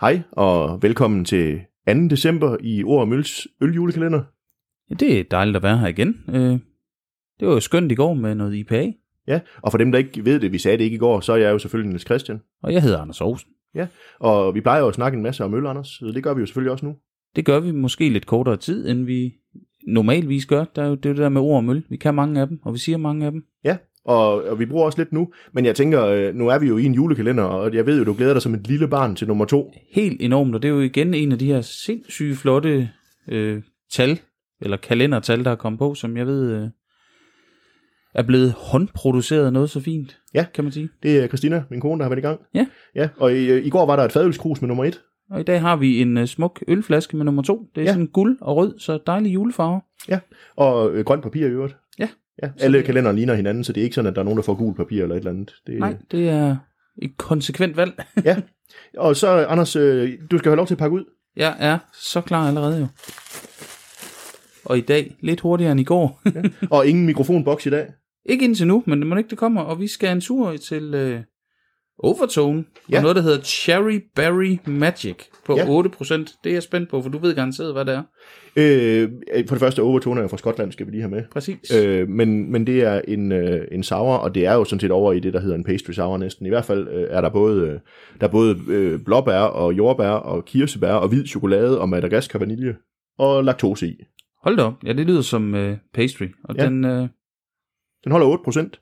Hej og velkommen til 2. december i Ord og Mølles øljulekalender. Ja, det er dejligt at være her igen. Øh, det var jo skønt i går med noget IPA, Ja, og for dem, der ikke ved det, vi sagde det ikke i går, så er jeg jo selvfølgelig Niels Christian. og jeg hedder Anders Aarhusen. Og vi plejer jo at snakke en masse om øl, Anders, så det gør vi jo selvfølgelig også nu. Det gør vi måske lidt kortere tid, end vi normalvis gør. Der er jo det, er jo det der med ord og møl. Vi kan mange af dem, og vi siger mange af dem. Og, og vi bruger også lidt nu, men jeg tænker, øh, nu er vi jo i en julekalender, og jeg ved jo, du glæder dig som et lille barn til nummer to. Helt enormt, og det er jo igen en af de her sindssyge flotte øh, tal, eller kalendertal, der er kommet på, som jeg ved øh, er blevet håndproduceret noget så fint, Ja. kan man sige. Det er Christina, min kone, der har været i gang. Ja. Ja, og i, øh, i går var der et fadølskrus med nummer et. Og i dag har vi en øh, smuk ølflaske med nummer to. Det er Ja. ja. sådan guld og rød, så dejlig julefarver. Og øh, grønt papir i øvrigt. Ja. ja. Alle kalenderen ligner hinanden, så det er ikke sådan, at der er nogen, der får gul papir eller et eller andet. Det, Nej, det er et konsekvent valg. Og så, Anders, øh, du skal have lov til at pakke ud. Jeg er så klar allerede jo. Og i dag lidt hurtigere end i går. Og ingen mikrofonboks i dag. ikke indtil nu, men det må ikke det kommer. Og vi skal en tur til øh, Overtone. Ja. Ja. Og noget, der hedder Cherry Berry Magic på Ja. ja. 8%. Det er jeg spændt på, for du ved garanteret, hvad det er. Øh, for det første, Overtone er jo fra Skotland, skal vi lige have med. Præcis. Øh. Øh, men, men det er en, øh, en sour, og det er jo sådan set over i det, der hedder en pastry sour næsten. I hvert fald øh, er der både, øh, der er både øh, blåbær og jordbær og kirsebær og hvid chokolade og madagaskar vanilje og laktose i. Hold da op. Ja, det lyder som øh, pastry. Og Ja. ja. den... Øh, Den holder 8 procent.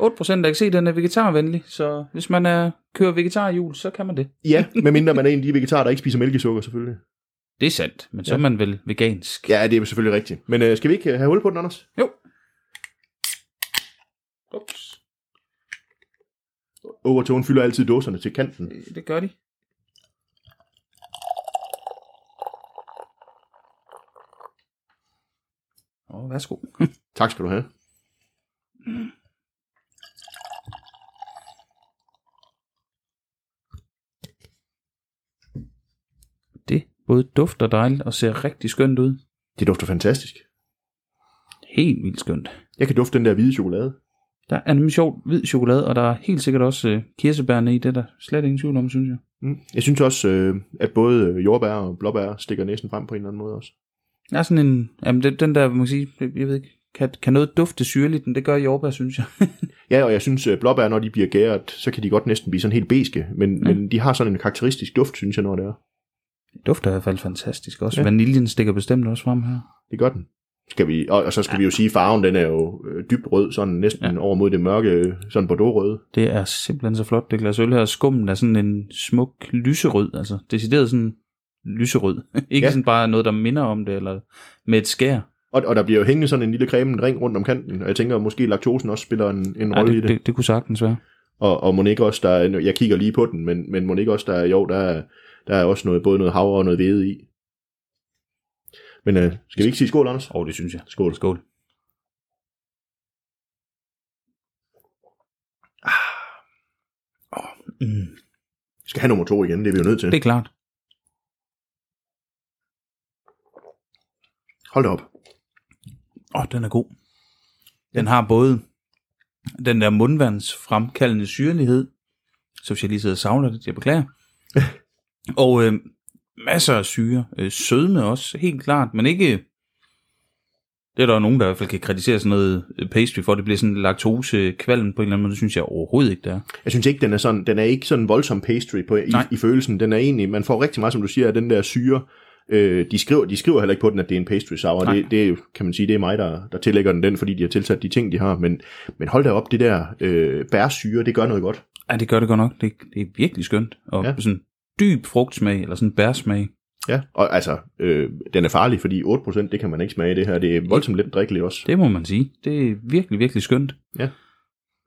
8% jeg kan se, den er vegetarvenlig, så hvis man er, kører vegetarhjul, så kan man det. Ja, medmindre man er en af de vegetarer, der ikke spiser mælkesukker selvfølgelig. Det er sandt, men så Ja. er man vel vegansk. Ja, det er selvfølgelig rigtigt. Men øh, skal vi ikke øh, have hul på den, Anders? Ups. Overtone fylder altid dåserne til kanten. Øh, Det- Det gør de. Åh, oh, værsgo. Tak skal du have. Det både dufter dejligt og ser rigtig skønt ud. Det dufter fantastisk. Helt vildt skønt. Jeg kan dufte den der hvide chokolade. Der er nemlig sjovt hvid chokolade, og der er helt sikkert også øh, kirsebærne i det, er der slet ingen tvivl om, synes jeg. Mm. Jeg synes også, øh, at både øh, jordbær og blåbær stikker næsen frem på en eller anden måde også. Der er sådan en, jamen den, den der, man kan sige, jeg ved ikke, kan, kan noget dufte syrligt, men det gør jordbær, synes jeg. Ja, og jeg synes, øh, blåbær, når de bliver gæret, så kan de godt næsten blive sådan helt beske, men, mm. men de har sådan en karakteristisk duft, synes jeg, når det er. Det dufter i hvert fald fantastisk også. Ja. Ja. Vaniljen stikker bestemt også frem her. Det gør den. Skal vi, og, og så skal ja. vi jo sige, at farven den er jo øh, dybt rød, sådan næsten ja. over mod det mørke, øh, sådan bordeaux-røde. Det er simpelthen så flot, det glas øl her. Skummen er sådan en smuk lyserød, altså decideret sådan lyserød. ikke Ja. ja. sådan bare noget, der minder om det, eller med et skær. Og, og der bliver jo hængende sådan en lille cremen ring rundt om kanten, og jeg tænker, at måske laktosen også spiller en, en Nej, rolle i det, det. det, det kunne sagtens være. Og, og Monique også, der er, jeg kigger lige på den, men, men Monique også, der er, jo, der er, der er også noget, både noget havre og noget hvede i. Men øh, skal vi ikke sige skål, Anders? Åh, oh, det synes jeg. Skål. Skål. Ah. Oh, mm. Vi skal have nummer to igen, det er vi jo nødt til. Det er klart. Hold da op. Åh, oh, den er god. Den har både den der mundvands fremkaldende syrlighed, så hvis jeg lige sidder og savner det, jeg beklager, og øh, masser af syre, øh, sødme også, helt klart, men ikke, det er der jo nogen, der i hvert fald kan kritisere sådan noget øh, pastry for, det bliver sådan laktose kvalm på en eller anden måde, det synes jeg overhovedet ikke, det er. Jeg synes ikke, den er sådan, den er ikke sådan voldsom pastry på, i, Nej. i, følelsen. Den er egentlig, man får rigtig meget, som du siger, af den der syre. Øh, de, skriver, de skriver heller ikke på den, at det er en pastry sour. Nej. Det, det, er jo, kan man sige, det er mig, der, der tillægger den den, fordi de har tilsat de ting, de har. Men, men hold da op, det der øh, bærsyre, det gør noget godt. Ja, det gør det godt nok, det, det er virkelig skønt, og Ja. ja. sådan dyb frugtsmag, eller sådan bærsmag, Ja, og altså, øh, den er farlig, fordi 8% det kan man ikke smage i det her. Det er voldsomt let drikkeligt også. det må man sige, det er virkelig, virkelig skønt.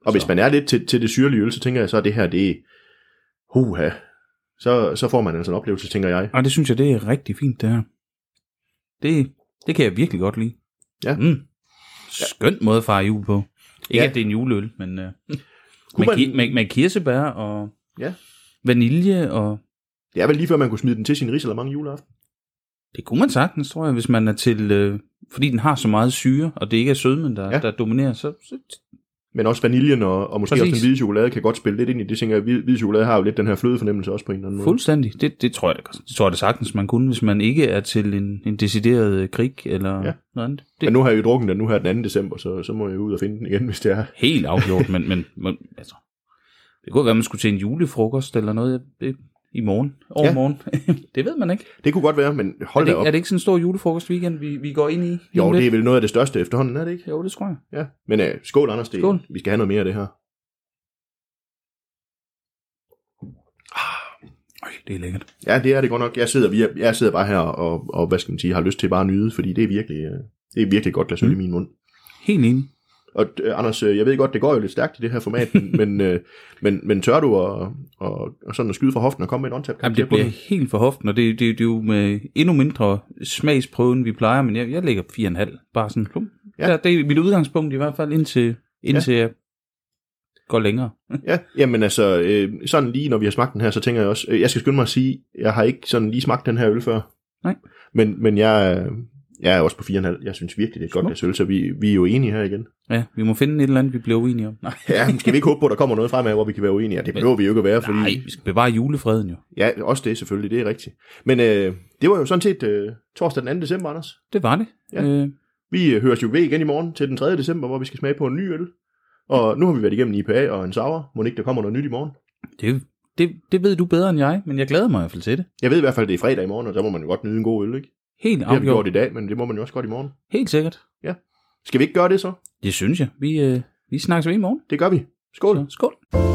Og hvis Så. man er lidt til, til det syrlige øl, så tænker jeg så, at det her, det er huha. Så, så får man altså en oplevelse, tænker jeg. Og det synes jeg, det er rigtig fint, det her. Det, det kan jeg virkelig godt lide. Ja. Mm. Skøn måde at fare jul på. Ikke Ja. ja. at det er en juleøl, men uh, Kunne man- med, man... Ki- med, med kirsebær og Ja. vanilje. og Det er vel lige før, man kunne smide den til sin ris eller mange juleaften. Det kunne man øh, sagtens, tror jeg, hvis man er til... Uh, fordi den har så meget syre, og det ikke er sødmen, der, Ja. ja. der dominerer, så, så Men også vaniljen og, og måske Præcis. også Præcis. den hvide chokolade kan godt spille lidt ind i det. Tænker, jeg, hvid, hvid chokolade har jo lidt den her fløde fornemmelse også på en eller anden måde. Fuldstændig. Det, det, tror jeg, det, det tror jeg da sagtens, man kunne, hvis man ikke er til en, en decideret øh, krig eller Ja. ja. noget andet. Det Men er nu har jeg jo drukket den nu her den 2. december, så, så må jeg ud og finde den igen, hvis det er. helt afgjort, men, men man, altså, det kunne være, man skulle til en julefrokost eller noget det, i morgen, overmorgen. Ja. det ved man ikke. Det kunne godt være, men hold er, da det, op. ikke- er det ikke sådan en stor julefrokost weekend, vi, vi går ind i? lige Jo, om det lidt? er vel noget af det største efterhånden, er det ikke? Jo, det tror jeg. Ja. Men øh, skål, Anders. Det, Skål. Vi skal have noget mere af det her. Øj, det er lækkert. Ja, det er det godt nok. Jeg sidder, vir- jeg sidder bare her og, og, hvad skal man sige, har lyst til bare at nyde, fordi det er virkelig, øh, det er virkelig godt glas øl mm. i min mund. Helt enig. Og øh, Anders, øh, jeg ved godt, det går jo lidt stærkt i det her format, men- men, øh, men, men tør du at, og, og sådan at skyde fra hoften og komme med en on-tap? Jamen, det bliver helt for hoften, og det, det, det er jo med endnu mindre smagsprøve, end vi plejer, men jeg, jeg lægger 4,5. Bare sådan klum. Ja. Ja. Der, det er mit udgangspunkt i hvert fald, indtil, indtil ja. jeg går længere. Ja, jamen altså, øh, sådan lige når vi har smagt den her, så tænker jeg også, øh, jeg skal skynde mig at sige, jeg har ikke sådan lige smagt den her øl før. Nej. Men, men jeg, øh, jeg er også på 4,5. Jeg synes virkelig, det er et godt Smuk. glas øl, så vi, vi er jo enige her igen. Ja, vi må finde et eller andet, vi bliver uenige om. Nej, Ja, men skal vi ikke håbe på, at der kommer noget fremad, hvor vi kan være uenige? Ja, det behøver vi jo ikke at være, fordi... Nej vi skal bevare julefreden jo. Ja, også det selvfølgelig, det er rigtigt. Men øh, det var jo sådan set øh, torsdag den 2. december, Anders. Det var det. Ja. Ja. Øh, Vi øh, høres jo ved igen i morgen til den 3. december, hvor vi skal smage på en ny øl. Og nu har vi været igennem en IPA og en sour. Må ikke, der kommer noget nyt i morgen? det, det, det ved du bedre end jeg, men jeg glæder mig i hvert fald til det. Jeg ved i hvert fald, at det er fredag i morgen, og der må man jo godt nyde en god øl, ikke? Helt Det har vi gjort afgjort. i dag, men det må man jo også godt i morgen. Helt sikkert. Skal vi ikke gøre det så? Det synes jeg. Vi, øh, vi snakkes ved i morgen. Det gør vi. Skål. Så, skål.